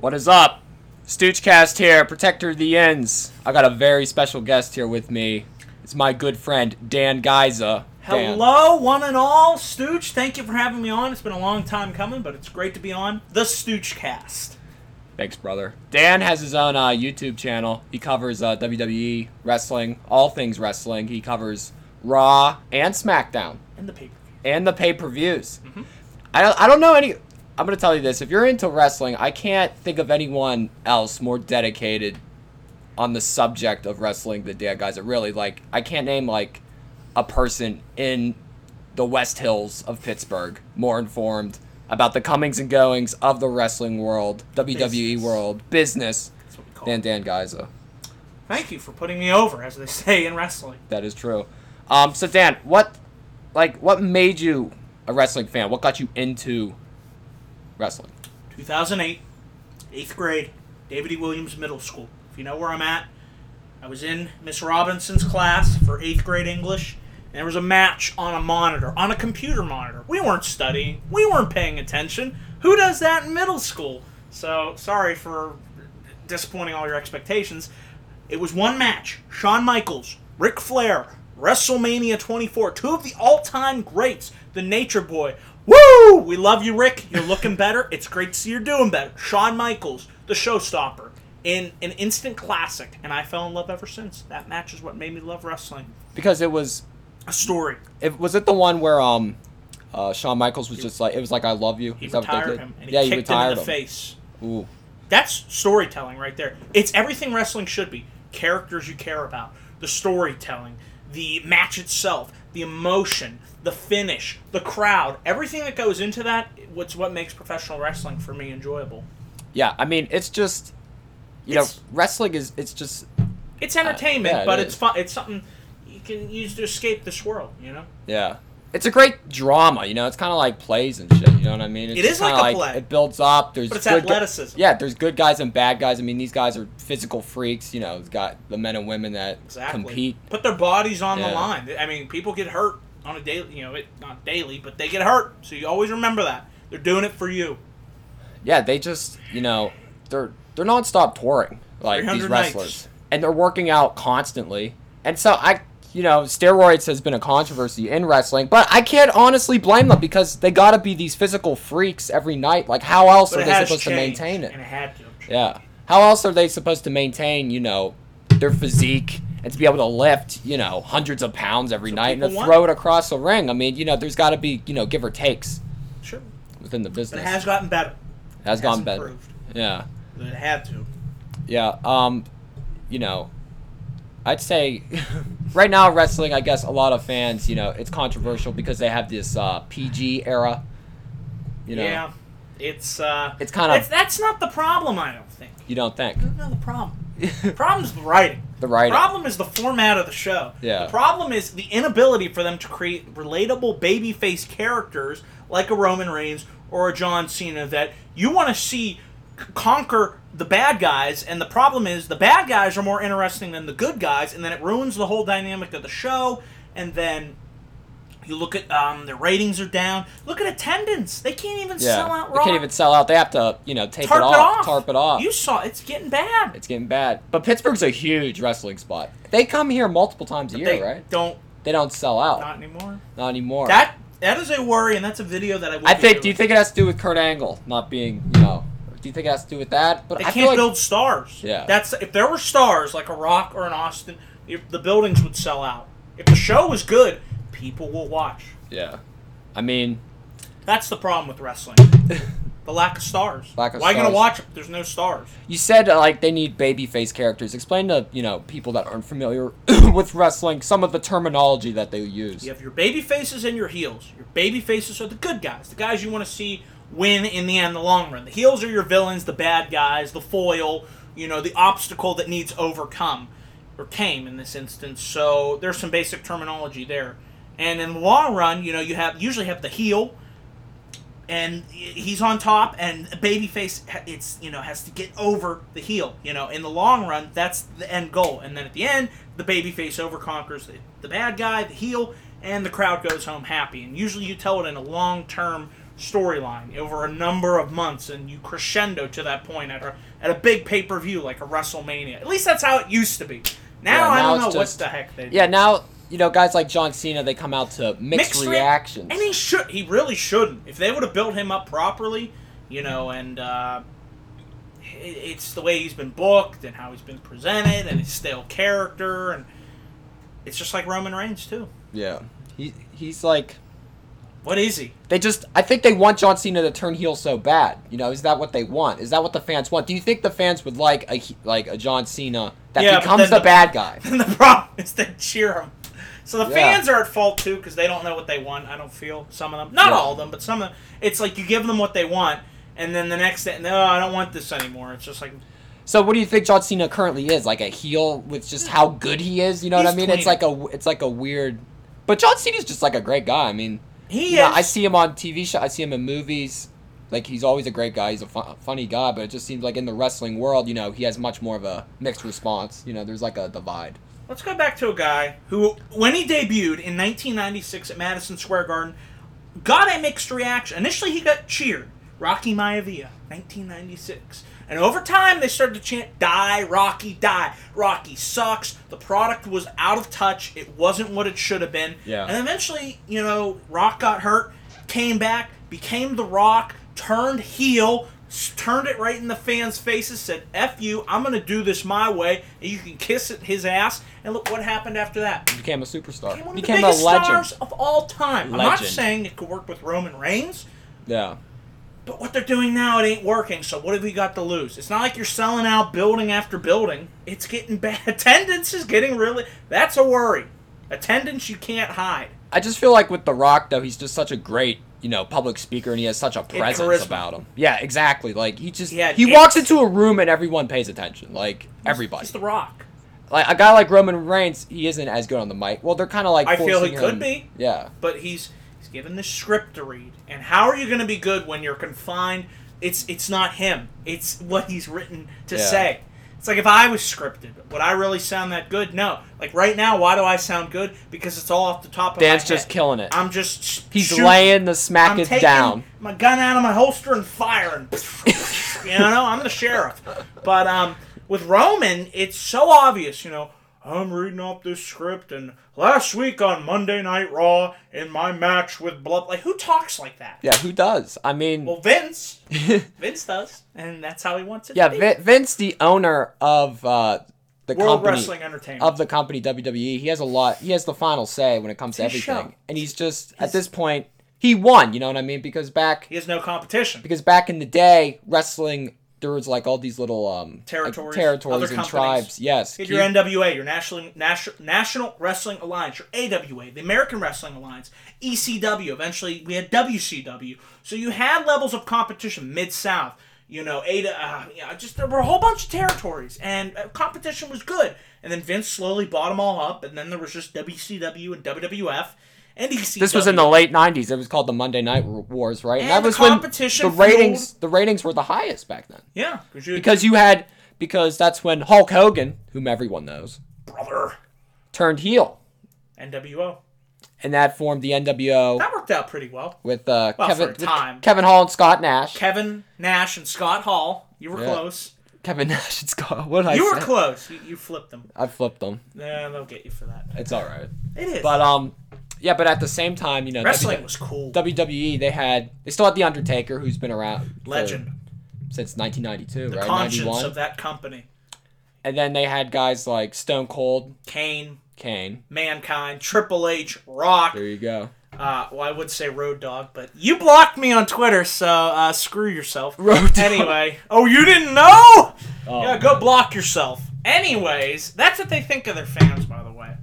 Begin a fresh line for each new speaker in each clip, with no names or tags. What is up? Stoochcast here, Protector of the Ends. I got a very special guest here with me. It's my good friend, Dan Geysa. Dan.
Hello, one and all, Stooge. Thank you for having me on. It's been a long time coming, but it's great to be on the Stooge Cast.
Thanks, brother. Dan has his own uh, YouTube channel. He covers uh, WWE, wrestling, all things wrestling. He covers Raw and SmackDown.
And the paper.
and the pay per views. I, don't- I don't know any. I'm going to tell you this. If you're into wrestling, I can't think of anyone else more dedicated on the subject of wrestling than Dan Geyser. Really, like, I can't name, like, a person in the West Hills of Pittsburgh more informed about the comings and goings of the wrestling world, WWE
Business.
world, business
That's what we call
than
it.
Dan Geyser.
Thank you for putting me over, as they say in wrestling.
That is true. Um, so Dan, what, like, what made you a wrestling fan? What got you into wrestling?
2008, eighth grade, David E. Williams Middle School. If you know where I'm at, I was in Miss Robinson's class for eighth grade English, and there was a match on a monitor, on a computer monitor. We weren't studying, we weren't paying attention. Who does that in middle school? So sorry for disappointing all your expectations. It was one match: Shawn Michaels, Ric Flair, WrestleMania 24, two of the all-time greats, The Nature Boy. Woo! We love you, Rick. You're looking better. It's great to see you're doing better. Shawn Michaels, the showstopper, in an instant classic, and I fell in love ever since. That match is what made me love wrestling.
Because it was,
A story.
it was it the one where um, uh, Shawn Michaels was just like, it was like, I love you.
He
Is that what they
retired
did?
him, and he
yeah, he
kicked him
retired
in the face.
Ooh,
That's storytelling right there. It's everything wrestling should be characters you care about, the storytelling, the match itself, the emotion, the finish, the crowd. Everything that goes into that, what's what makes professional wrestling for me enjoyable.
yeah. I mean, it's just, you
It's-
know, wrestling is it's just,
It's entertainment,
Uh, yeah, it
but
is.
it's fun. It's something you can use to escape this world, you know?
yeah. It's a great drama, you know. It's kind of like plays and shit. You know what I mean? It's
It is
just kinda
like a play.
It builds up. There's
But it's
good gu-
athleticism.
yeah, there's good guys and bad guys. I mean, these guys are physical freaks. You know, it's got the men and women that
Exactly.
compete.
Put their bodies on
Yeah.
the line. I mean, people get hurt on a daily, you know, it, not daily, but they get hurt. So you always remember that. They're doing it for you.
yeah, they just you know they're they're nonstop touring like these
300
wrestlers,
nights.
and they're working out constantly. And so I, you know, steroids has been a controversy in wrestling, but I can't honestly blame them because they got to be these physical freaks every night. Like how else
But
are
it
they
has
supposed to
changed,
maintain
And
it?
it had to. have changed.
Yeah, how else are they supposed to maintain you know their physique? And to be able to lift, you know, hundreds of pounds every
So
night and to
people want-
throw it across the ring. I mean, you know, there's got to be, you know, give or takes
Sure.
within the
But
business.
it has gotten better.
has
It
gone
has
better.
improved.
Yeah.
But it had to.
Yeah. Um, you know, I'd say right now wrestling. I guess a lot of fans, you know, it's controversial because they have this uh, PG era. You know,
Yeah. It's uh
It's kinda-
that's, that's not the problem, I don't think.
you don't think
No, no, the problem. The problem's the writing.
the writing.
The problem is the format of the show.
Yeah.
The problem is the inability for them to create relatable babyface characters like a Roman Reigns or a John Cena that you want to see c- conquer the bad guys and the problem is the bad guys are more interesting than the good guys and then it ruins the whole dynamic of the show and then you look at um, their ratings are down look at attendance they can't even
yeah,
sell out
they
Raw.
can't even sell out. They have to, you know, tape
tarp
it off, tarp it off.
you saw it's getting bad
it's getting bad. But Pittsburgh's a huge wrestling spot. They come here multiple times a year,
they
right?
don't
They don't sell out.
not
Not,
anymore
anymore.
That that is a worry, and that's a video that I. Would
I
be
think. Do
doing.
you think it has to do with Kurt Angle not being, you know? Do you think it has to do with that? But
they
I feel
can't
like
build stars?
Yeah.
That's if there were stars like a Rock or an Austin, if the buildings would sell out. If the show was good, people will watch.
yeah. I mean,
That's the problem with wrestling. The lack of stars.
Lack of
Why you
stars.
gonna watch it? There's no stars.
You said uh, like they need babyface characters. Explain to you know people that aren't familiar with wrestling some of the terminology that they use.
You have your baby faces and your heels. Your baby faces are the good guys, the guys you want to see win in the end, the long run. The heels are your villains, the bad guys, the foil, you know, the obstacle that needs overcome, or came in this instance. So there's some basic terminology there. And in the long run, you know, you have usually have the heel, and he's on top and babyface ha- it's you know has to get over the heel you know in the long run that's the end goal and then at the end the babyface overconquers the, the bad guy the heel and the crowd goes home happy and usually you tell it in a long term storyline over a number of months, and you crescendo to that point at a at a big pay per view like a WrestleMania. At least that's how it used to be. Now,
Yeah,
I
now
don't know
it's
what
just-
the heck they do.
Yeah, now you know guys like John Cena they come out to mixed,
Mixed rea-
reactions.
And he should. He really shouldn't. If they would have built him up properly, you know, and uh, it- it's the way he's been booked and how he's been presented and his stale character, and it's just like Roman Reigns too.
yeah, he he's like
What is he?
they just I think they want John Cena to turn heel so bad. You know, is that what they want? Is that what the fans want? Do you think the fans would like a he- like a John Cena that
Yeah, but
becomes
then
the,
the-
bad guy?
And the problem is they cheer him. So the
Yeah.
fans are at fault too because they don't know what they want. I don't feel some of them, not
Yeah.
all of them, but some of them. It's like you give them what they want, and then the next day, no, I don't want this anymore. It's just like
So what do you think John Cena currently is? Like a heel with just how good he is. You know what
He's
I mean? It's
20.
like a w- it's like a weird. But John Cena's just like a great guy. I mean,
he
yeah,
is.
I see him on TV show. I see him in movies. Like he's always a great guy. He's a fu- funny guy, but it just seems like in the wrestling world, you know, he has much more of a mixed response. You know, there's like a divide.
Let's go back to a guy who, when he debuted in 1996 at Madison Square Garden, got a mixed reaction. Initially, he got cheered. Rocky Maivia, 1996. And over time, they started to chant, Die, Rocky, die. Rocky sucks. The product was out of touch. It wasn't what it should have been.
Yeah.
And eventually, you know, Rock got hurt, came back, became The Rock, turned heel, s- turned it right in the fans' faces, said, F you, I'm going to do this my way, and you can kiss it, his ass. And look what happened after that.
He became a superstar.
Became one
He
of the
became a
biggest
legend.
stars of all time. I'm not
Legend.
saying it could work with Roman Reigns,
Yeah.
but what they're doing now, it ain't working. So what have we got to lose? It's not like you're selling out building after building. It's getting bad. Attendance is getting really. That's a worry. Attendance you can't hide.
I just feel like with The Rock though, he's just such a great, you know, public speaker and he has such a presence
charisma.
about him. Yeah, exactly. Like he just
Yeah,
he
it's-
walks into a room and everyone pays attention. Like everybody.
It's The Rock.
Like a guy like Roman Reigns, he isn't as good on the mic. Well, they're kind of like
I feel he
forcing
could
him-
be.
Yeah.
but he's he's given the script to read. And how are you going to be good when you're confined? It's it's not him. It's what he's written to
Yeah.
say. It's like if I was scripted, would I really sound that good? No. Like right now, why do I sound good? Because it's all off the top of
Dan's
my
just
head.
killing it.
I'm just sh-
he's
shooting.
laying the smack
I'm
it
taking
down.
my gun out of my holster and firing. you know, I'm the sheriff. But um, with Roman, it's so obvious. You know, I'm reading off this script, and last week on Monday Night Raw, in my match with Blood, like who talks like that?
Yeah, who does? I mean,
Well, Vince. Vince does, and that's how he wants it.
yeah,
to be.
Vin- Vince, the owner of uh, the
World
company
Wrestling Entertainment.
of the company WWE, he has a lot. He has the final say when it comes to
It's his
everything,
show.
and he's just at this point he won. You know what I mean? Because back
he has no competition.
because back in the day, wrestling there was like all these little um like,
Territories, other
territories and
companies.
tribes. Yes,
Get
Keith-
your NWA, your National National National Wrestling Alliance, your AWA, the American Wrestling Alliance, ECW. Eventually, we had WCW. So you had levels of competition. Mid South, you know, ADA. Uh, yeah, just there were a whole bunch of territories, and uh, competition was good. And then Vince slowly bought them all up, and then there was just WCW and WWF and E ECW.
This was in the late '90s. It was called the Monday Night Wars, right?
And
that
the
was when
competition
the ratings the ratings were the highest back then
yeah, because you
because you had because that's when Hulk Hogan, whom everyone knows,
brother
turned heel,
NWO
and that formed the NWO
that worked out pretty well.
with uh,
Well,
Kevin
for a time.
Kevin Hall and Scott Nash.
Kevin Nash and Scott Hall, you were
Yeah.
close.
Kevin Nash and Scott. What did I
You were
say?
close. You, you flipped them.
I flipped them.
Yeah, they'll get you for that.
It's all right.
It is.
But um, yeah. But at the same time, you know,
Wrestling
WWE
was cool.
WWE they had they still had the Undertaker, who's been around for-
Legend.
since 1992, right?
Conscience
91.
of that company.
And then they had guys like Stone Cold,
Kane,
Kane.
Mankind, Triple H, Rock.
There you go.
Uh, well, I would say Road Dog, but you blocked me on Twitter, so uh, screw yourself.
Road Dogg.
Anyway. Oh, you didn't know?
Oh,
yeah, go block yourself. Anyways, that's what they think of their fans, by the way.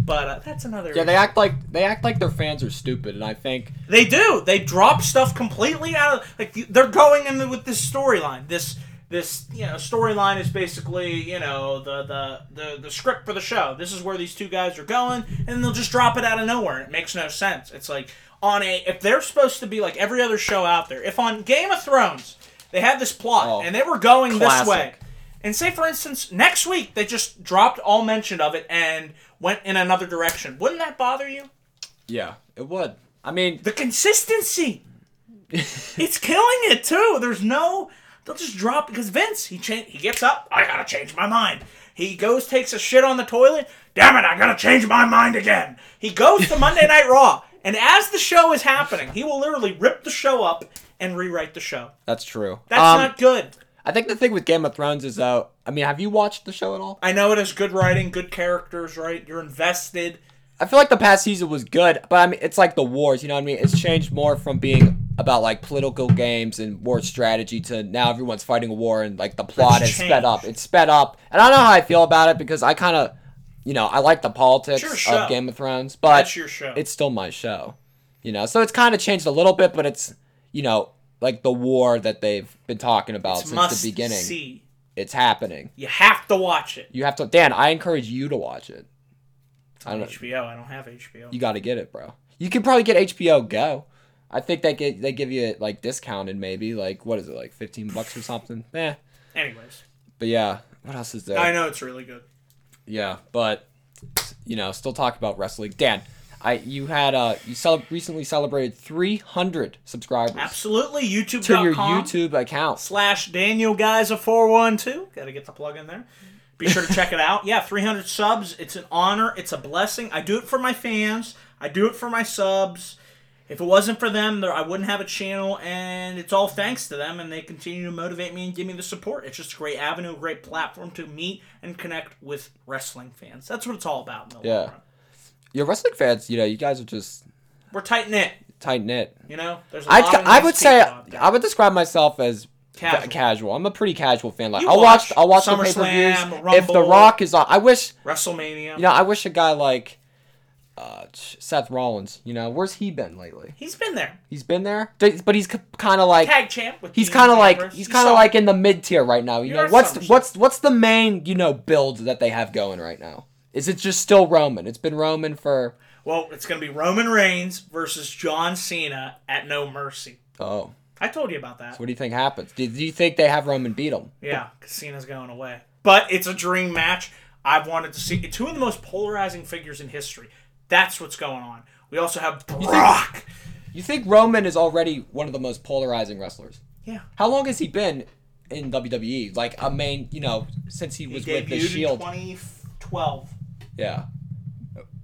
But uh, that's another.
Yeah, they act like they act like their fans are stupid, and I think
They do. They drop stuff completely out of like they're going in with this storyline. This this you know storyline is basically you know the, the the the script for the show. This is where these two guys are going, and they'll just drop it out of nowhere. It makes no sense. It's like on a if they're supposed to be like every other show out there. If on Game of Thrones they had this plot
Oh,
and they were going this
classic.
way. And say, for instance, next week they just dropped all mention of it and went in another direction. Wouldn't that bother you?
yeah, it would. I mean,
The consistency. it's killing it too. There's no. They'll just drop because Vince he cha- he gets up. I gotta change my mind. He goes takes a shit on the toilet. Damn it! I gotta change my mind again. He goes to Monday Night Raw, and as the show is happening, he will literally rip the show up and rewrite the show.
That's true.
That's
Um,
not good.
I think the thing with Game of Thrones is though. I mean, have you watched the show at all?
I know it has good writing, good characters, right? You're invested.
I feel like the past season was good, but I mean, it's like the wars. You know what I mean? It's changed more from being about like political games and war strategy to now everyone's fighting a war and like the plot
That's
is sped up.
changed.
It's sped up, and I don't know how I feel about it because I kind of, you know, I like the
your
politics
show.
of Game of Thrones, but
That's your show.
it's still my show. You know, so it's kind of changed a little bit, but it's you know like the war that they've been talking about
It's
since
must
the beginning.
see.
It's happening.
You have to watch it.
You have to, Dan. I encourage you to watch it.
It's
I
on
don't-
HBO. I don't have HBO.
You got to get it, bro. You can probably get HBO Go. I think they get they give you it like discounted maybe like what is it like fifteen bucks or something? Eh.
Anyways,
But yeah, what else is there?
I know it's really good.
Yeah, but you know, still talk about wrestling. Dan, I you had uh you cel- recently celebrated three hundred subscribers
Absolutely. YouTube.com
to your YouTube account.
slash Daniel Guys of 412. Got to get the plug in there. Be sure to check it out. Yeah, 300 subs. It's an honor. It's a blessing. I do it for my fans. I do it for my subs. If it wasn't for them, there I wouldn't have a channel, and it's all thanks to them, and they continue to motivate me and give me the support. It's just a great avenue, a great platform to meet and connect with wrestling fans. That's what it's all about. In the long
Yeah.
run.
Your wrestling fans, you know, you guys are just
we're tight knit.
tight knit.
You know, there's a
I'd,
lot of
I
nice
would say
people out there.
I would describe myself as
Casual.
casual. casual. I'm a pretty casual fan. Like
You
I'll
watch
watch I'll watch the pay per
SummerSlam,
views. If The
Rumble.
Rock is on, I wish
WrestleMania.
you know I wish a guy like uh, Seth Rollins. You know where's he been lately?
he's been there.
He's been there, D- but he's kind of like
Tag champ. With
he's
Dean
kind of like
Ambrose.
he's kind of
saw-
like in the mid tier right now. You
You're
know
at
what's
SummerSlam.
what's what's the main you know build that they have going right now? Is it just still Roman? It's been Roman for
Well, it's going to be Roman Reigns versus John Cena at No Mercy.
oh.
I told you about that.
What do you think happens? Do, do you think they have Roman beat him?
Yeah, 'cause Cena's going away. But it's a dream match. I've wanted to see two of the most polarizing figures in history. That's what's going on. We also have Brock.
You think Roman is already one of the most polarizing wrestlers?
Yeah.
How long has he been in WWE? Like a main, you know, since he was with the
Debuted in
Shield.
2012.
yeah.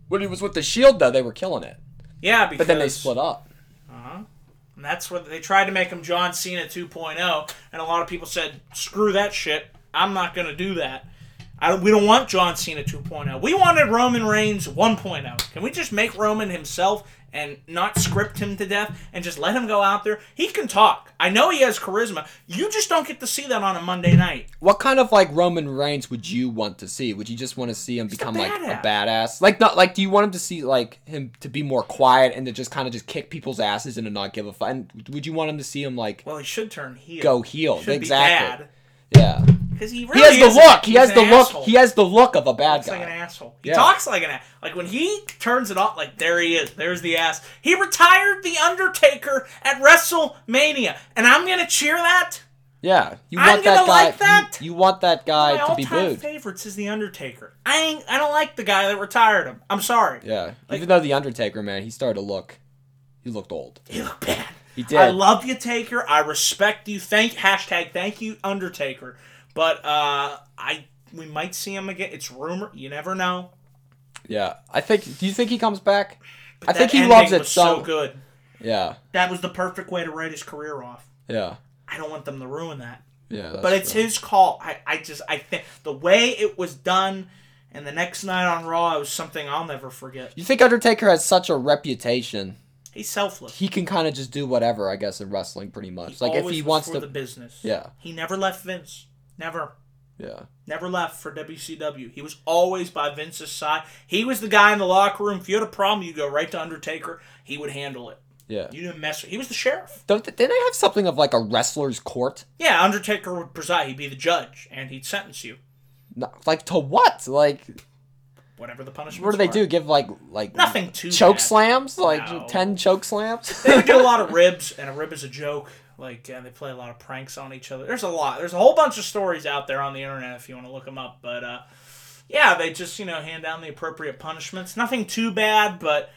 When he was with the Shield, though, they were killing it.
Yeah, because
But then they split up.
And that's where they tried to make him John Cena 2.0, and a lot of people said, "Screw that shit. I'm not going to do that. I don't, we don't want John Cena 2.0. We wanted Roman Reigns 1.0. Can we just make Roman himself and not script him to death and just let him go out there? He can talk. I know he has charisma. You just don't get to see that on a Monday night.
What kind of like Roman Reigns would you want to see? Would you just want to see him become like a
badass.
badass? Like not like do you want him to see like him to be more quiet and to just kind of just kick people's asses and to not give a fuck? And would you want him to see him like
Well, he should turn heel.
go heel?
should
exactly.
be bad
yeah.
because he
He
really
has the
is a-
look. He
he's
has
an
the look.
asshole.
He has the look of a bad
Looks like an
guy.
asshole. He
Yeah.
talks like an ass. Like when he turns it off, like there he is. There's the ass. He retired the Undertaker at WrestleMania, and I'm gonna cheer that.
Yeah, you
I'm
want that
gonna
guy.
like that.
You, you want that
My
guy to be
all-time
booed.
favorites is the Undertaker. I ain't. I don't like the guy that retired him. I'm sorry.
Yeah,
Like-
even though the Undertaker man, he started to look, he looked old.
You look bad.
He did.
I love you, Taker. I respect you. Thank hashtag thank you, Undertaker. But uh, I we might see him again. It's rumor. You never know.
yeah, I think. Do you think he comes back? I
That
think he
ending
loves it
was so
so.
good.
Yeah,
That was the perfect way to write his career off.
yeah,
I don't want them to ruin that.
yeah.
But
that's
it's
true.
his call. I, I just I think the way it was done and the next night on Raw it was something I'll never forget.
You think Undertaker has such a reputation?
He's selfless.
He can kind of just do whatever, I guess, in wrestling, pretty much. like if
Always
he
was
wants
for
to.
the business.
Yeah.
He never left Vince. Never.
yeah,
Never left for WCW. He was always by Vince's side. He was the guy in the locker room. If you had a problem, you go right to Undertaker. He would handle it.
yeah.
You didn't mess with he was the sheriff.
Don't, didn't they have something of like a wrestler's court?
Yeah, Undertaker would preside. He'd be the judge and he'd sentence you.
No, like to what? Like
Whatever the punishment
What do they do? Give like like
Nothing too
choke
bad.
slams? Like
No.
ten choke slams?
they do a lot of ribs, and a rib is a joke. Like uh, they play a lot of pranks on each other. There's a lot. There's a whole bunch of stories out there on the internet if you want to look them up. But uh, yeah, they just you know hand down the appropriate punishments. Nothing too bad, but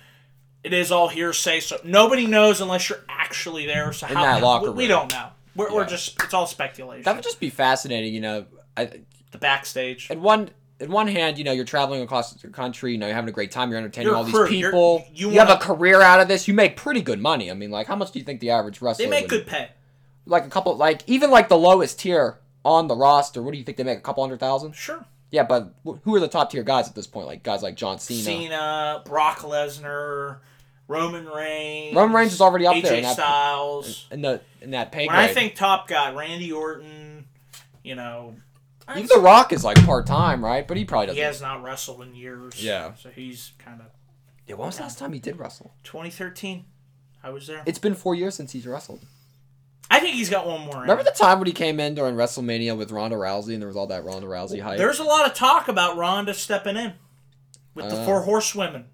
It is all hearsay, so nobody knows unless you're actually there. So
In
how,
that locker
we, we
room.
don't know. We're, we're
Yeah.
just it's all speculation.
That would just be fascinating, you know. I,
the backstage.
at one at one hand, you know, you're traveling across the country, you know, you're having a great time, you're entertaining
You're a
all these
crew, you're-
people.
you
you
wanna-
have a career out of this. You make pretty good money. I mean, like, how much do you think the average wrestler?
They make
would-
good pay.
Like a couple, like even like the lowest tier on the roster. What do you think they make? A couple hundred thousand?
Sure.
Yeah, but wh- who are the top tier guys at this point? Like guys like John Cena.
Cena, Brock Lesnar, Roman Reigns.
Roman Reigns is already up
AJ
there in that-
Styles.
in the in that pay
When
grade.
I think top guy, Randy Orton, you know,
even The Rock is like part time, right? But he probably
he
doesn't.
has not wrestled in years.
Yeah.
So he's kind of
Yeah, when was the last time he did wrestle?
2013. I was there.
It's been four years since he's wrestled.
I think he's got one more. in
Remember the time when he came in during WrestleMania with Ronda Rousey and there was all that Ronda Rousey hype?
There's a lot of talk about Ronda stepping in with the
Uh.
four horsewomen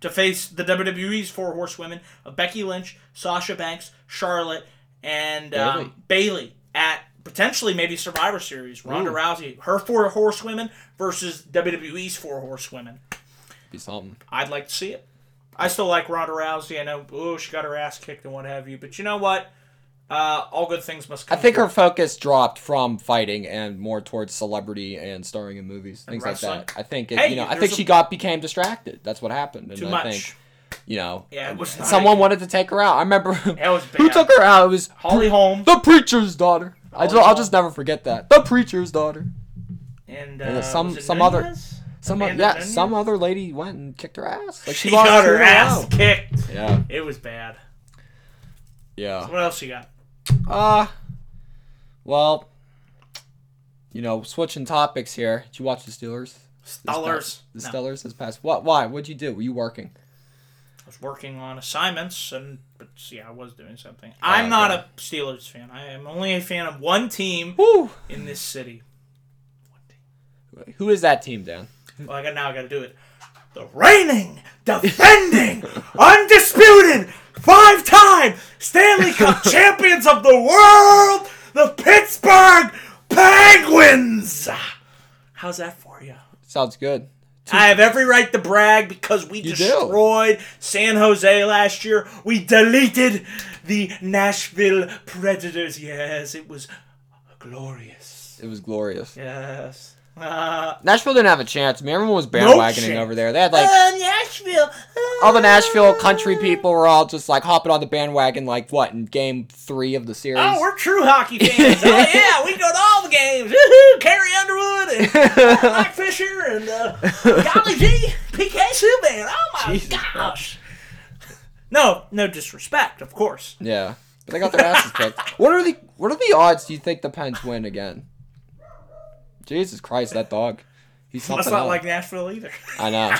to face the WWE's four horsewomen of Becky Lynch, Sasha Banks, Charlotte, and um, Bailey at potentially maybe Survivor Series. Ronda
Ooh.
Rousey, her four horsewomen versus WWE's four horsewomen.
be something.
I'd like to see it. I still like Ronda Rousey. I know, oh, she got her ass kicked and what have you. But you know what? Uh, all good things must
I
come.
think her focus dropped from fighting and more towards celebrity and starring in movies, things like
wrestling.
that. I think it,
Hey,
you know, I
there's
think
a-
she got became distracted. That's what happened. And
too
I
much.
think you know,
Yeah, it was not
someone wanted to take her out. I remember
That was
who
bad.
took her out. It was
Holly Holm
the preacher's daughter. I just, I'll just never forget that. The preacher's daughter.
and
Yeah,
uh,
some-
was it
some other-
Nunez?
Some o-
Amanda
yeah,
Nunez?
some other lady went and kicked her ass. Like
She,
she, lost
got her
two in a
ass
row.
kicked.
Yeah,
It was bad.
yeah.
What else you got?
Uh well, you know, switching topics here. Did you watch the Steelers? This
Stellars.
past- The
No.
Steelers this past. What? Why? What'd you do? Were you working?
I was working on assignments, and but yeah, I was doing something. I'm not a Steelers fan. I am only a fan of one team
Woo!
in this city. One team.
Who is that team, Dan?
Well, I got now. I got to do it. The reigning, defending, undisputed, five-time Stanley Cup champions of the world, the Pittsburgh Penguins. How's that for you?
Sounds good.
I have every right to brag because we
do.
destroyed San Jose last year. We deleted the Nashville Predators. Yes, it was glorious.
It was glorious.
Yes. Uh,
Nashville didn't have a chance. I mean, everyone was bandwagoning
chance.
over there. They had like
uh, Nashville. Uh,
all the Nashville country people were all just like hopping on the bandwagon. Like what in game three of the series?
Oh, we're true hockey fans. oh yeah, we go to all the games. Woohoo! Carrie Underwood and Mike Fisher and uh, Golly G, PK Subban. Oh my
Jesus
gosh. No, no disrespect, of course.
yeah, but they got their asses kicked. What are the What are the odds? Do you think the Pens win again? Jesus Christ, that dog. He's something
That's not
else.
like Nashville either.
I know.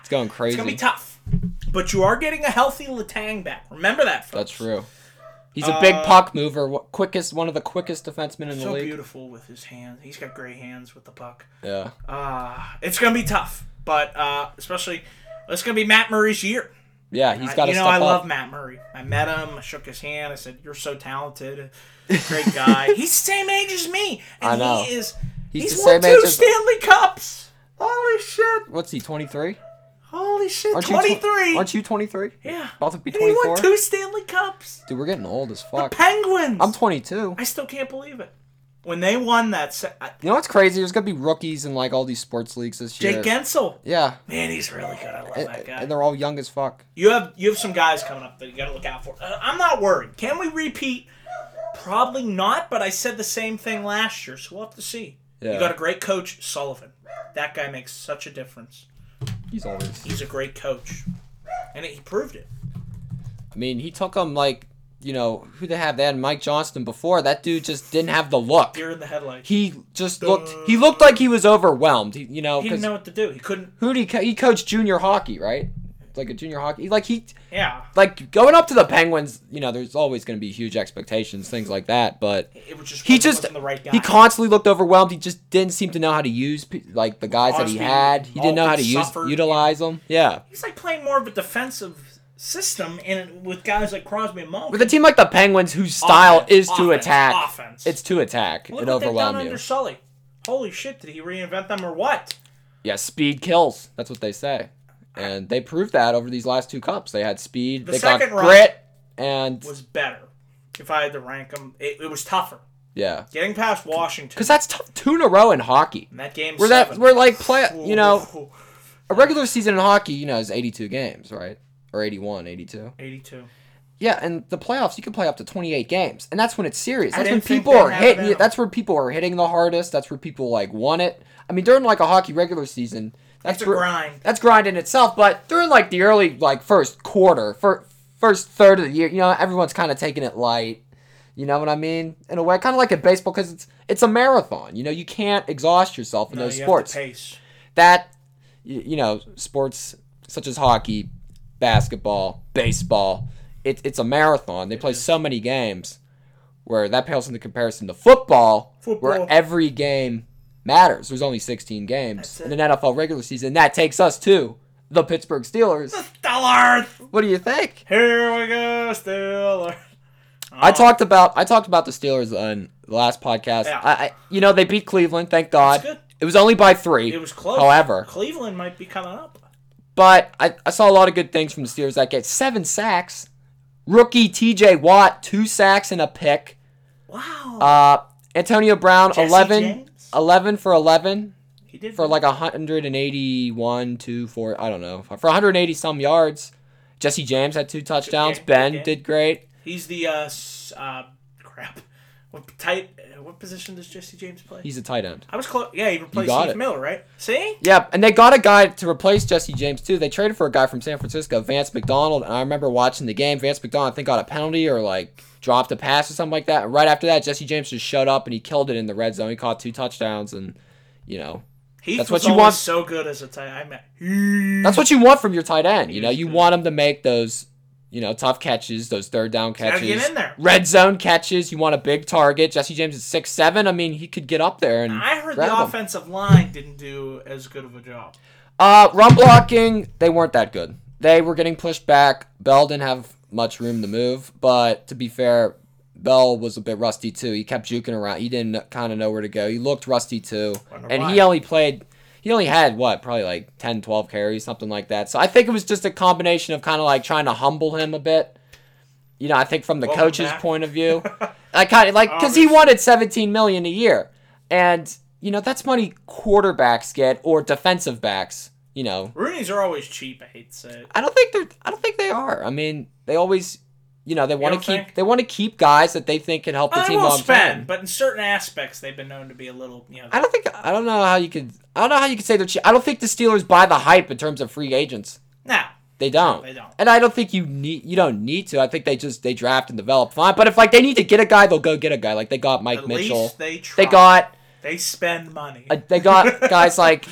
It's going crazy.
It's gonna be tough. But you are getting a healthy Latang back. Remember that, folks.
That's true. He's a big
Uh,
puck mover. wh- Quickest, one of the quickest defensemen in the
So
league.
beautiful with his hands. He's got great hands with the puck.
Yeah.
Uh, it's gonna be tough, but uh, especially it's gonna be Matt Murray's year.
Yeah, he's got to
Uh, you know,
step
I
up.
love Matt Murray. I met him, I shook his hand, I said, "You're so talented, great guy." he's the same age as me, and
I know.
he is.
He's
He's,
the
won
same age
two
as-
Stanley Cups. Holy shit!
What's he, 23?
Holy shit!
Aren't you tw-
Twenty three.
aren't you 23?
Yeah.
About to be
And he won
24?
two Stanley Cups.
Dude, we're getting old as fuck.
Penguins.
I'm 22.
I still can't believe it. When they won that, se- uh, I-
You know what's crazy? There's going to be rookies in like all these sports leagues this year.
Jake Gensel,
yeah.
man, he's really good. I love that
And,
guy.
and they're all young as fuck.
You have you have some guys coming up that you got to look out for. Uh, I'm not worried. Can we repeat? Probably not. But I said the same thing last year, so we'll have to see.
Yeah.
You got a great coach, Sullivan. That guy makes such a difference.
He's always.
He's a great coach, and he proved it.
I mean, he took them like, you know, who they have? They had Mike Johnston before. That dude just didn't have the look.
Deer in the headlights. He,
He just looked. He looked like he was overwhelmed. He, you know,
didn't
'cause-
know what to do. He couldn't.
who did he, co- he coached junior hockey right like a junior hockey like he
Yeah,
like going up to the penguins you know there's always going to be huge expectations things like that but
it was just
he
wasn't-
just
wasn't the right guy.
he constantly looked overwhelmed he just didn't seem to know how to use pe- like the guys that he
Crosby,
had he didn't know how to
Malkin
use
suffered.
utilize them yeah
He's like playing more of a defensive system, and with guys like Crosby and Malkin.
with a team like the penguins whose style
Offense,
is to
offense,
attack
offense.
it's to attack
Look
it
what they've done
overwhelmed you
under Sully. Holy shit! Did he reinvent them or what?
yeah speed kills that's what they say and they proved that over these last two cups. They had speed,
The
they got
second run
grit, and
was better. If I had to rank them, it, it was tougher.
yeah,
Getting past Washington,
because that's tough. Two in a row in hockey.
and that game
We're that
seven.
we're like play. You know,
Ooh,
a regular season in hockey, you know, is 82 games, right? Or 81, 82.
82.
Yeah, and the playoffs, you can play up to 28 games, and that's when it's serious.
I
That's when
didn't think
people
they
are
had
hitting.
it
it.
out.
That's where people are hitting the hardest. That's where people like want it. I mean, during like a hockey regular season, that's
It's a
where-
grind.
That's grind in itself. But during like the early like first quarter, fir- first third of the year, you know, everyone's kind of taking it light. You know what I mean? In a way, kind of like in baseball, because it's it's a marathon. You know, you can't exhaust yourself in
No,
those
you
sports
Have to pace.
that y- you know sports such as hockey basketball baseball it, it's a marathon they play so many games where that pales into comparison to football,
Football.
where every game matters there's only 16 games
That's
in an nfl regular season that takes us to the pittsburgh steelers
Steelers.
what do you think
Here we go, Steelers. Uh-huh.
i talked about i talked about the steelers on the last podcast
Yeah.
I, I you know they beat cleveland thank god
good.
it was only by three
It was close.
however
Cleveland might be coming up.
But I, I saw a lot of good things from the Steelers that game. Seven sacks. Rookie TJ Watt, two sacks and a pick.
Wow.
Uh, Antonio Brown,
Jesse
11,
James?
11 for 11
he did
for like 181, two, four, I don't know, for 180 some yards. Jesse James had two touchdowns.
game, good
ben
game.
did great.
He's the uh, s- uh crap. What type? uh, What position does Jesse James play?
He's a tight end.
I was close. Yeah, he replaced
got
Steve
it.
Miller, right? See?
Yeah, and they got a guy to replace Jesse James too. They traded for a guy from San Francisco, Vance McDonald, and I remember watching the game. Vance McDonald, I think, got a penalty or like dropped a pass or something like that. And right after that, Jesse James just shut up and he killed it in the red zone. He caught two touchdowns, and you know
Heath
That's
was
what you
always
want.
So good as a tight. I met. Heath.
that's what you want from your tight end. You know,
He's
you
good.
want him to make those you know tough catches, those third down
Gotta
catches,
get in there.
red zone catches. You want a big target. Jesse James is six seven. I mean, he could get up there and
I heard
grab
the
'em.
offensive line didn't do as good of a job.
Uh, run blocking, they weren't that good. They were getting pushed back. Bell didn't have much room to move, but to be fair, Bell was a bit rusty too. He kept juking around. He didn't kind of know where to go. He looked rusty too.
Wonder
And
why.
he only played, he only had what, probably like 10, 12 carries, something like that. So I think it was just a combination of kind of like trying to humble him a bit. You know, I think from the
Welcome
coach's
back.
point of view. I kind of like because he
Obviously.
wanted 17 million a year, and you know that's money quarterbacks get or defensive backs. You know,
Rooney's are always cheap. I hate to say it.
I don't think they're. I don't think they are. I mean, they always, you know, they want to
don't
keep.
think?
They want to keep guys that they think can help the
Well, they
team
will
long
spend,
term.
but in certain aspects, they've been known to be a little. You know,
I don't think. I don't know how you could. I don't know how you could say they're. cheap. I don't think the Steelers buy the hype in terms of free agents.
now
They don't.
they don't.
And I don't think you need. You don't need to. I think they just they draft and develop fine. But if like they need to get a guy, they'll go get a guy. Like they got Mike
at
Mitchell.
least they try.
they got
They spend money.
Uh, they got guys like,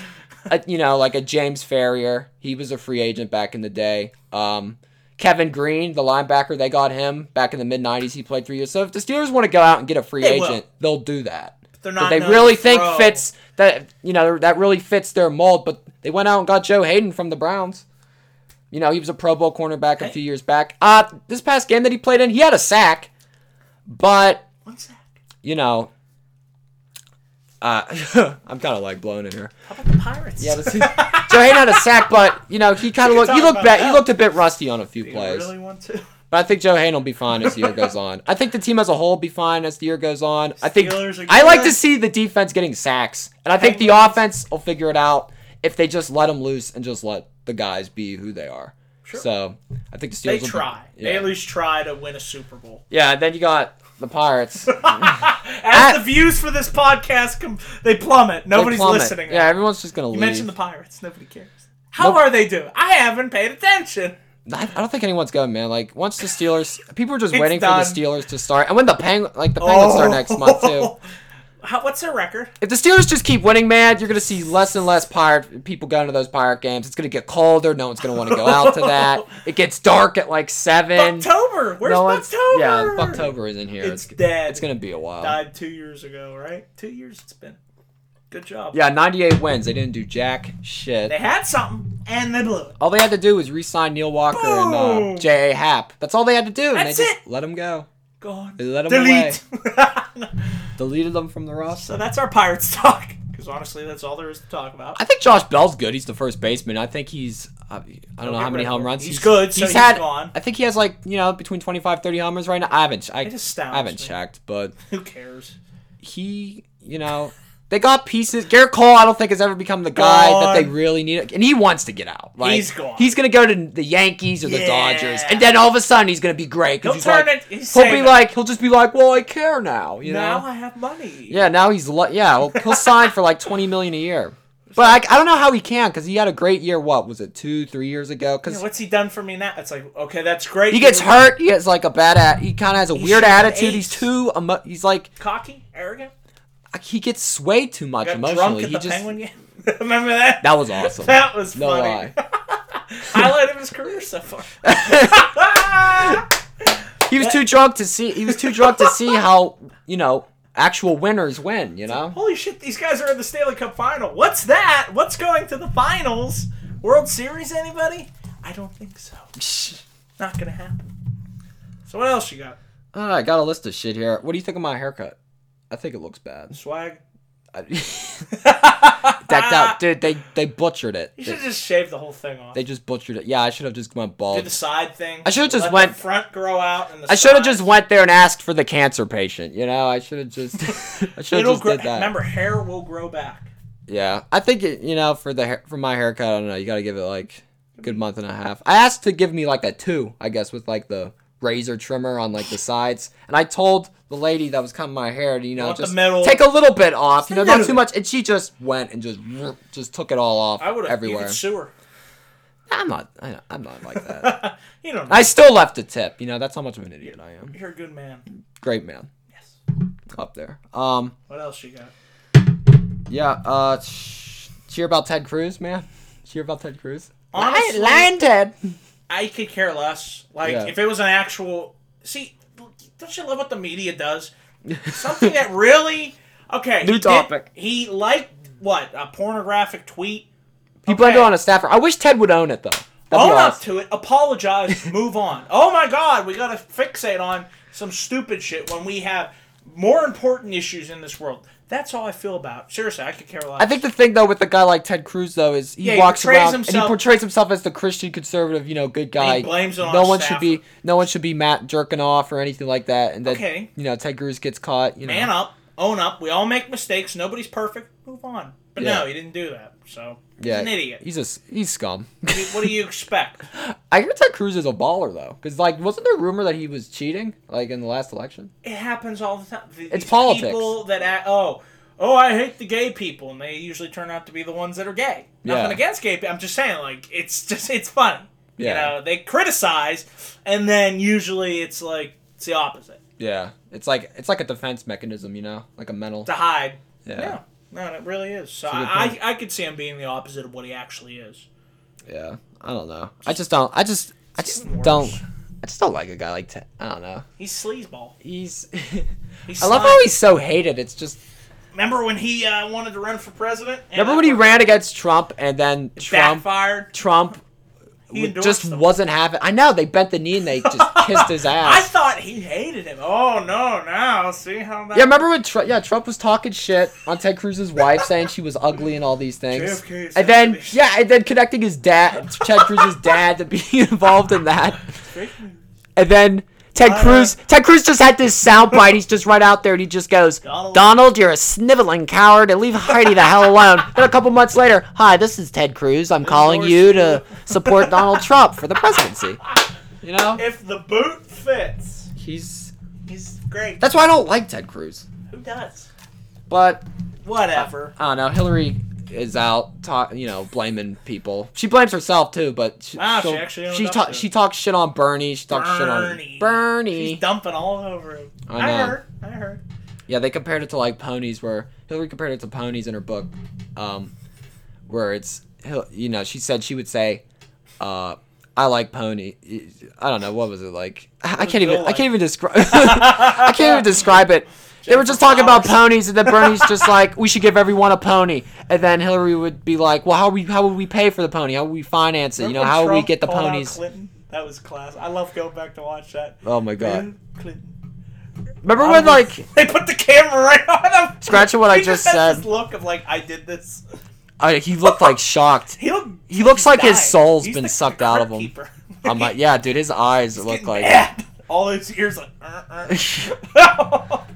uh, you know, like a James Ferrier. He was a free agent back in the day. Um, Kevin Green, the linebacker, they got him back in the mid '90s. He played three years. So if the Steelers want to go out and get a free
They will.
agent, they'll do that.
They're
But
not.
they
known
really
to
think
throw.
fits that you know that really fits their mold. But they went out and got Joe Hayden from the Browns. You know, he was a Pro Bowl cornerback a
Hey.
few years back. Uh, this past game that he played in, he had a sack, but
What's that?
you know, uh, I'm kind of like blown in here.
How about the Pirates?
Yeah, that's, Joe Hayden had a sack, but you know he kind of looked. He
talk
looked
about
bad. He
that.
looked a bit rusty on a few
Do you
plays,
really want to?
but I think Joe Hayden will be fine as the year goes on. I think the team as a whole will be fine as the year goes on. I think
Steelers are
I like
good.
to see the defense getting sacks, and I think the
Penguins.
offense will figure it out if they just let them loose and just let the guys be who they are.
Sure.
So I think the Steelers.
They
will be-
try. They
yeah.
at least try to win a Super Bowl.
yeah, and then you got the Pirates.
As the views for this podcast come, they plummet.
They
Nobody's
plummet.
listening.
Yeah, everyone's just gonna
you
leave.
mentioned the Pirates. Nobody cares. How
Nope.
are they doing? I haven't paid attention.
I, I don't think anyone's going, man. Like once the Steelers, people are just
It's
waiting
done.
for the Steelers to start, and when the Penguins, like the Penguins, start next month too.
Oh. How, what's their record?
If the Steelers just keep winning, man, you're gonna see less and less pirate people going to those pirate games. It's gonna get colder. No one's gonna want to go out to that. It gets dark at like seven.
October. Where's
no one's-
October?
Yeah, October isn't here.
It's
It's,
dead.
it's gonna be a while.
died two years ago, right? Two years it's been. Good job.
Yeah, 98 wins. They didn't do jack shit.
They had something and they blew it.
all they had to do was re-sign Neil Walker and
Boom.
uh, J.A. Happ. That's all they had to do, and
That's
they just
it.
let them go.
Gone.
They let them
Delete.
Deleted them from the roster.
so that's our Pirates talk. Because honestly, that's all there is to talk about.
I think Josh Bell's good. He's the first baseman. I think he's I, I don't know
get
how many
rid of
home
him.
runs
He's good, so he's
had.
gone.
I think he has like you know between 25, 30 home runs right now. I haven't. I,
It astounds
I haven't
me.
checked, but
Who cares?
he, you know, they got pieces. Garrett Cole, I don't think has ever become the guy that they
Gone.
really need, and he wants to get out. Like,
He's gone.
He's gonna go to the Yankees or the
Yeah.
Dodgers, and then all of a sudden he's gonna be great. 'cause
He'll
he's
turn
like-
it. He's
He'll be
saving.
like, he'll just be like, well, I care now, you
now
know.
I have money.
yeah, now he's lo- yeah, well, he'll sign for like twenty million a year. But I, I don't know how he can because he had a great year. What was it, two, three years ago?
You know,
Because
what's he done for me now? It's like okay, that's great.
he gets
You're
hurt. He has like a bad at. He kind of has a weird
should have
attitude. He's
eights.
too. Emo- he's like
cocky, arrogant.
he gets swayed too much
Got drunk
emotionally.
at
He
the
just
Penguin game. Remember that?
that was awesome.
That was
No
funny.
lie.
Highlight of his career so far.
He was too drunk to see. He was too drunk to see how you know actual winners win. You know.
Holy shit! These guys are in the Stanley Cup final. What's that? What's going to the finals? World Series? Anybody? I don't think so. Not gonna happen. So what else you got?
Uh, I got a list of shit here. What do you think of my haircut? I think it looks bad.
Swag.
I- Decked out, dude. They they butchered it.
Ah. You
They,
should just shave the whole thing off.
they just butchered it. Yeah, I should have just went
Do the
bald.
side thing.
I should've just
Let
went-
the front grow out. And the
I should have
sides.
just went there and asked for the cancer patient. You know, I should have just I should have
It'll
just
grow.
did that.
Remember, hair will grow back.
Yeah, I think it, you know for the hair- for my haircut, I don't know. You got to give it like a good month and a half. I asked to give me like a two, I guess, with like the razor trimmer on like the sides, and I told the lady that was cutting my hair, to, you know,
Want the
just
middle.
take a little bit off, you know,
Just a
not
little
too
bit.
much, and she just went and just just took it all off
I would have. You
everywhere.
could sue her.
I'm not, I, I'm not like that.
You don't know.
I still left a tip. You know, that's how much of an idiot I am.
You're a good man.
Great man,
Yes.
up there. Um,
What else you got?
yeah. Uh, sh- cheer about Ted Cruz, man. Cheer about Ted Cruz.
Honestly-
Lion Ted.
I could care less. Like
Yeah.
if it was an actual see, don't you love what the media does? Something that really okay.
New
he did-
topic.
he liked what a pornographic tweet.
He blamed it
Okay.
on a staffer. I wish Ted would own it though. That'd be
Own up
awesome.
to it. Apologize. move on. Oh my God, we gotta fixate on some stupid shit when we have more important issues in this world. That's all I feel about. Seriously, I could care less.
I think the thing though with a guy like Ted Cruz though is he
Yeah, he
walks
portrays
around and he
himself-
portrays himself as the Christian conservative, you know, good guy.
blames it on
no one
Stafford.
should be no one should be Matt jerking off or anything like that. And then
Okay.
you know Ted Cruz gets caught. You know,
man up, own up. We all make mistakes. Nobody's perfect. Move on. But
Yeah.
no, he didn't do that. So he's
yeah,
an idiot.
He's a s- he's scum.
what do you expect?
I hear Ted Cruz is a baller though, because like wasn't there rumor that he was cheating like in the last election?
It happens all the time. Th-
It's
these
politics.
People that act, oh, oh, I hate the gay people, and they usually turn out to be the ones that are gay.
Yeah.
Nothing against gay. people. I'm just saying, like, it's just it's fun.
Yeah.
You know, they criticize, and then usually it's like it's the opposite
Yeah, it's like it's like a defense mechanism, you know, like a mental.
to hide.
Yeah.
Yeah. No, it really is. So
It's a good
I,
point.
I, I could see him being the opposite of what he actually is.
Yeah, I don't know. I just don't. I just. I just
getting worse.
don't. I just don't like a guy like Ted. I don't know.
He's sleazeball.
He's.
He's
I love
slimy.
how he's so hated. It's just. Remember
Remember when he uh, wanted to run for president? And
Remember when he ran against Trump and then Trump
backfired?
Trump
He
w-
endorsed
just
them.
wasn't having. I know they bent the knee and they just kissed his
I
ass.
thought he hated him. Oh no! Now see how that.
Yeah, remember when Trump? Yeah, Trump was talking shit on Ted Cruz's wife, saying she was ugly and all these things.
JFK is
And then
actually-
yeah, and then connecting his dad, Ted Cruz's dad, to be involved in that. And then Ted
Uh,
Cruz, Ted Cruz just had this soundbite. He's just right out there, and he just goes, "Donald,
Donald-
you're a sniveling coward, and leave Heidi the hell alone." then a couple months later, "Hi, this is Ted Cruz. I'm calling
endorse
you
you."
to support Donald Trump for the presidency." You know,
If the boot fits,
he's
he's great.
that's why I don't like Ted Cruz.
Who does?
But
Whatever.
I don't know. Hillary is out, ta- you know, blaming people. She blames herself too, but she,
Wow, Ah, she
she'll-
actually owned
she
up to
talks
it.
she talks shit on Bernie. She talks shit on
Bernie.
Bernie.
He's dumping all over him.
I know.
heard. I heard.
Yeah, they compared it to like ponies, where Hillary compared it to ponies in her book, um, where it's Hil- you know she said she would say, uh, "I like pony." I don't know what was it like. I, I can't even.
Bill
I
like?
can't even describe. I can't even describe it. They were just talking about ponies, and then Bernie's just like, "We should give everyone a pony," and then Hillary would be like, "Well, how we how would we pay for the pony? How would we finance it? You know,
Remember when
how would we
Trump
get the
called out
ponies?"
Clinton? That was class. I love going back to watch that.
Oh my god!
Bill Clinton.
Remember when like
they put the camera right on him?
Scratch what I
He
just
has
said.
This look of like I did this.
I, he looked like shocked.
He, look,
He looks like his
died.
soul's
He's
been
the
sucked out of him.
keeper.
I'm like, yeah, dude, his eyes look
Getting
like.
mad. all his ears like. "Uh, uh."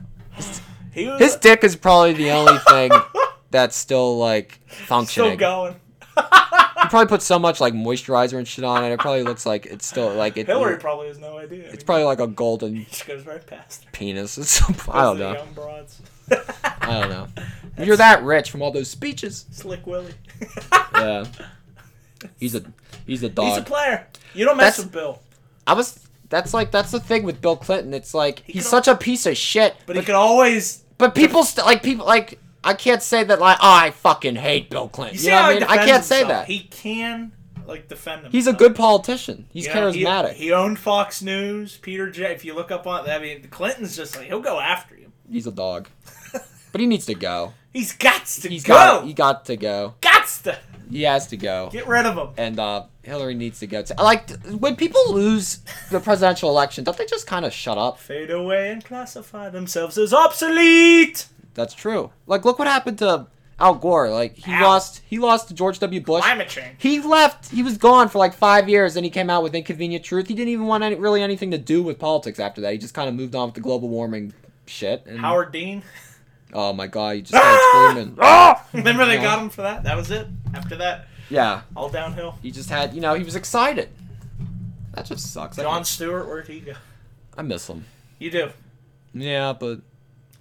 he was
His dick is probably the only thing that's still like functioning.
still going.
He probably put so much like moisturizer and shit on it. It probably looks like it's still like it,
Hillary probably has no idea.
It's probably like a golden
just goes right past her.
penis. It's so, I don't
Those are the
know.
Young broads.
I don't know. You're that rich from all those speeches.
Slick Willie.
Yeah. He's a he's a
He's a
dog.
player. You don't mess
That's-
with Bill,
I was. That's like that's the thing with Bill Clinton. It's like he's
could
such a piece of shit.
but he can always.
But people st- like people like I can't say that like oh, I fucking hate Bill Clinton.
You
You,
see
know
how
what I
he
mean? I
defends
can't say
himself.
that.
He can like defend himself.
he's a good politician. He's
You know, he-
charismatic.
He, owned Fox News. Peter J. If you look up on, I mean, Clinton's just like he'll go after you.
he's a dog. but he needs to go.
He's got to
He's got
go.
he got to go.
Gots to
He has to go.
get rid of him.
And uh, Hillary needs to go. To, like when people lose the presidential election, don't they just kind of shut up?
Fade away and classify themselves as obsolete.
That's true. Like look what happened to Al Gore. Like he
Ow.
lost he lost to George W. Bush.
Climate change.
He left. He was gone for like five years, and he came out with Inconvenient Truth. He didn't even want any, really anything to do with politics after that. He just kind of moved on with the global warming shit. And,
Howard Dean. Ah!
Oh my god, you just started screaming.
Remember they
Yeah.
got him for that? That was it. After that,
Yeah,
all downhill.
he just had. You know, he was excited. That just sucks. I-
John Stewart, where'd he go?
I miss him.
You do.
Yeah, but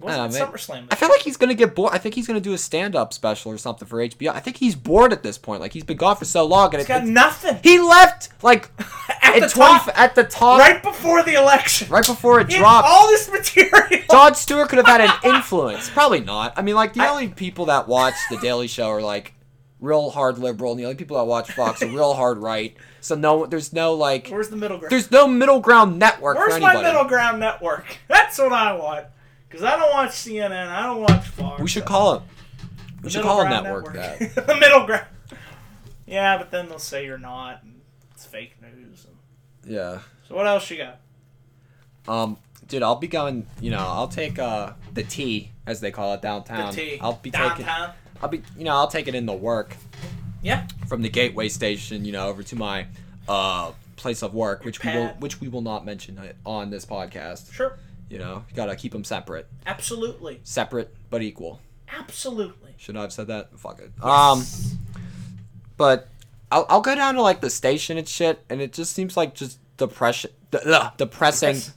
Wasn't
know,
it
man.
SummerSlam?
I feel like he's gonna get bored. I think he's gonna do a stand-up special or something for HBO. I think he's bored at this point. Like he's been gone for so long, and
He's
it,
got
it's-
nothing.
he left like
At
in
the
20
top,
at the top right,
right before the election.
before it
He had
dropped.
all this material.
John Stewart could have had an influence. Probably not. I mean, like, the only people that watch The Daily Show are, like, real hard liberal, and the only people that watch Fox are real hard right. So, no, there's no, like,
Where's the middle ground?
there's no middle ground network for
Where's my
anybody.
middle ground network? That's what I want. Because I don't watch CNN. I don't watch Fox.
we should call it.
The
We should
middle
call a
ground
network, that.
the middle ground. Yeah, but then they'll say you're not, and it's fake news.
Yeah.
So what else you got?
Um, dude, I'll be going, you know, I'll take, uh, the T, as they call it downtown.
the tea.
Um, I'll be taking,
downtown.
I'll be, you know, I'll take it into work.
Yeah.
from the gateway station, you know, over to my uh place of work, which we will
pad.
which we will not mention it on this podcast.
Sure.
You know, gotta keep them separate,
Absolutely.
separate but equal.
Absolutely.
Should I have said that? Fuck it. Um, but I'll, I'll go down to like the station and shit, and it just seems like just depression, d- ugh, depressing.
Depress-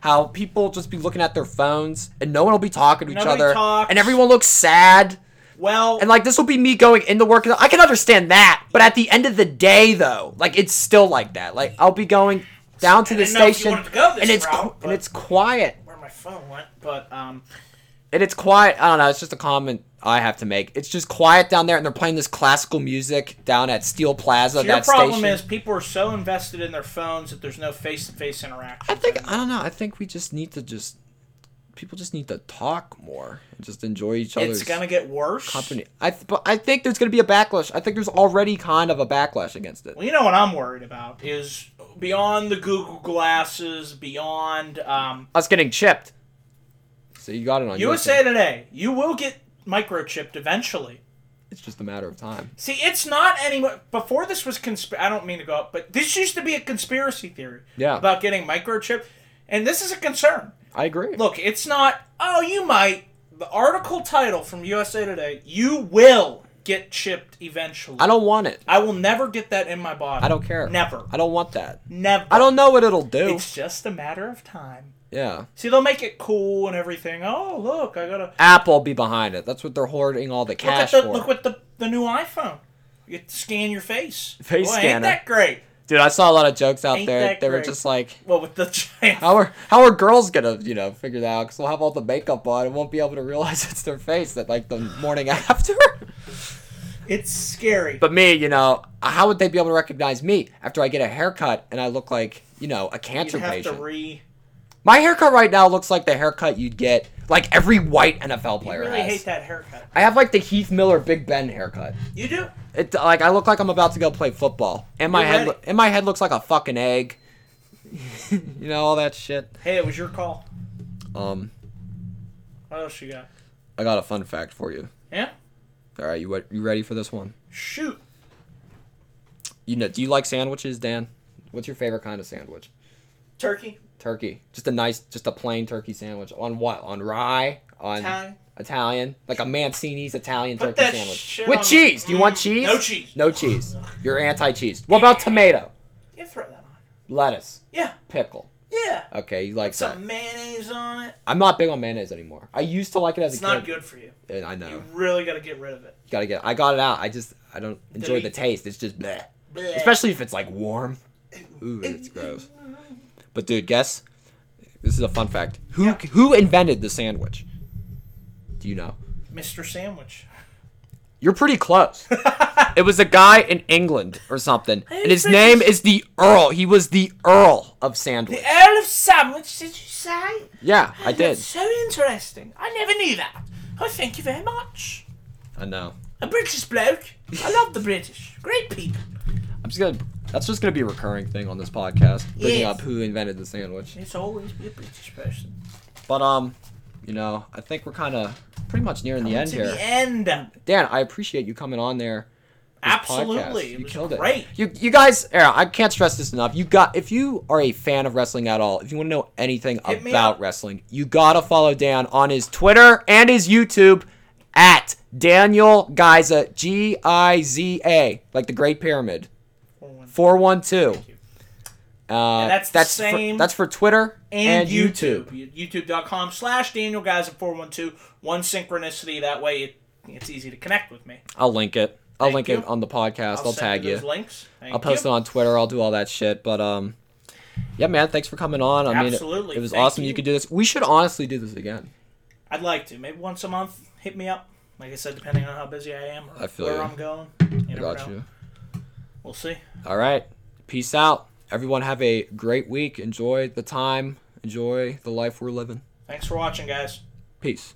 How people just be looking at their phones, and no one will be talking to each
Nobody
other,
talks.
and everyone looks sad.
Well,
And like this will be me going into work. I can understand that, but at the end of the day, though, like it's still like that. Like I'll be going down to
I
the
didn't know if you
station,
wanted to go this
and it's
route,
qu-
but-
and it's quiet,
where my phone went, but um,
and it's quiet. I don't know. It's just a comment I have to make. It's just quiet down there, and they're playing this classical music down at Steel Plaza.
your
that
problem
station.
is people are so invested in their phones that there's no face-to-face interaction.
I think I don't know. I think we just need to just people just need to talk more and just enjoy each other's
it's gonna get worse.
company. I th- but I think there's gonna be a backlash. I think there's already kind of a backlash against it.
Well, you know what I'm worried about is beyond the Google glasses, beyond um,
us getting chipped. So you got it on
USA Today. You will get microchipped eventually.
It's just a matter of time.
See, it's not any before this was consp. I don't mean to go up, but this used to be a conspiracy theory
Yeah.
about getting microchipped, and this is a concern.
I agree.
Look, it's not. Oh, you might. The article title from USA Today. You will get chipped eventually.
I don't want it.
I will never get that in my body.
I don't care.
Never.
I don't want that.
Never.
I don't know what it'll do.
It's just a matter of time.
yeah.
See, they'll make it cool and everything. Oh, look, I gotta
Apple be behind it. That's what they're hoarding all the
look at
cash
the
for.
look with the the new iPhone. You get to scan your face.
Face
Boy, Ain't
scanner.
that great?
Dude, I saw a lot of jokes out
Ain't
there.
that
They were
great.
just like,
Well, with the giant.
how are how are girls gonna you know figure that out? Because they'll have all the makeup on and won't be able to realize it's their face that like the morning after.
It's scary.
But me, you know, how would they be able to recognize me after I get a haircut and I look like you know a
you
cancer
have
patient?
to re.
My haircut right now looks like the haircut you'd get like every white NFL
I
player
really
has.
hate that haircut.
I have like the Heath Miller Big Ben haircut.
You do.
It like I look like I'm about to go play football, and my
You're
head
ready.
lo- and my head looks like a fucking egg. you know all that shit.
Hey, it was your call.
Um,
What else you got?
I got a fun fact for you.
Yeah.
All right, you what? You ready for this one?
Shoot.
You know, do you like sandwiches, Dan? What's your favorite kind of sandwich?
Turkey.
Turkey. Just a nice, just a plain turkey sandwich. On what? On rye? On
Italian.
Italian? Like a Mancini's Italian
Put
turkey
that
sandwich.
shit
With
on the-
cheese. Do you want
Mm,
cheese?
no cheese.
No cheese. You're anti-cheese. What about tomato?
Yeah, throw that on.
Lettuce.
Yeah.
Pickle.
Yeah.
Okay, you like that.
Some mayonnaise on it.
I'm not big on mayonnaise anymore. I used to like it as
It's
a
not
kid.
good for you.
And I know.
You really got to get rid of it.
Gotta get. I got it out. I just. I don't enjoy the
meat.
taste. It's just bleh.
Bleh.
Especially if it's like warm. Ooh, it's gross. But dude, guess. This is a fun fact. Who
Yeah.
who invented the sandwich? Do you know?
Mr. Sandwich.
You're pretty close. it was a guy in England or something, and his
expect
name
this-
is the Earl. He was the Earl of Sandwich.
The Earl of Sandwich, did you say?
Yeah, I did.
That's so interesting. I never knew that. Oh, thank you very much.
I know.
A British bloke. I love the British. Great people.
I'm just gonna. That's just gonna be a recurring thing on this podcast, bringing
Yes.
up who invented the sandwich.
It's always be a British person.
But um, you know, I think we're kind of pretty much nearing the end
to
here.
the end.
Dan, I appreciate you coming on there. this podcast.
Absolutely.
you
It was
killed
great.
it. You, you guys, Aaron, I can't stress this enough. You got if you are a fan of wrestling at all, if you want to know anything
Hit me
about
up.
wrestling, you gotta follow Dan on his Twitter and his YouTube at Daniel Giza G I Z A, like the Great Pyramid, four one two.
you.
Uh,
And that's the
that's
same-
for, that's for Twitter and,
and, YouTube. YouTube.com slash Daniel Guys at 412. One synchronicity. That way it, it's easy to connect with me.
I'll link it. I'll
Thank
link it
you.
on the podcast. I'll,
send
tag you.
Those links. Thank
I'll post
you.
it on Twitter. I'll do all that shit. But um, yeah, man, thanks for coming on. I mean, it-
Absolutely.
it, was
Thank
awesome. You.
you.
could do this. We should honestly do this again.
I'd like to. Maybe once a month. Hit me up. Like I said, depending on how busy I am or
I feel
where
you.
I'm going.
I
never
got
know.
you.
We'll see.
All right. Peace out. Everyone have a great week. Enjoy the time. Enjoy the life we're living.
Thanks for watching, guys.
Peace.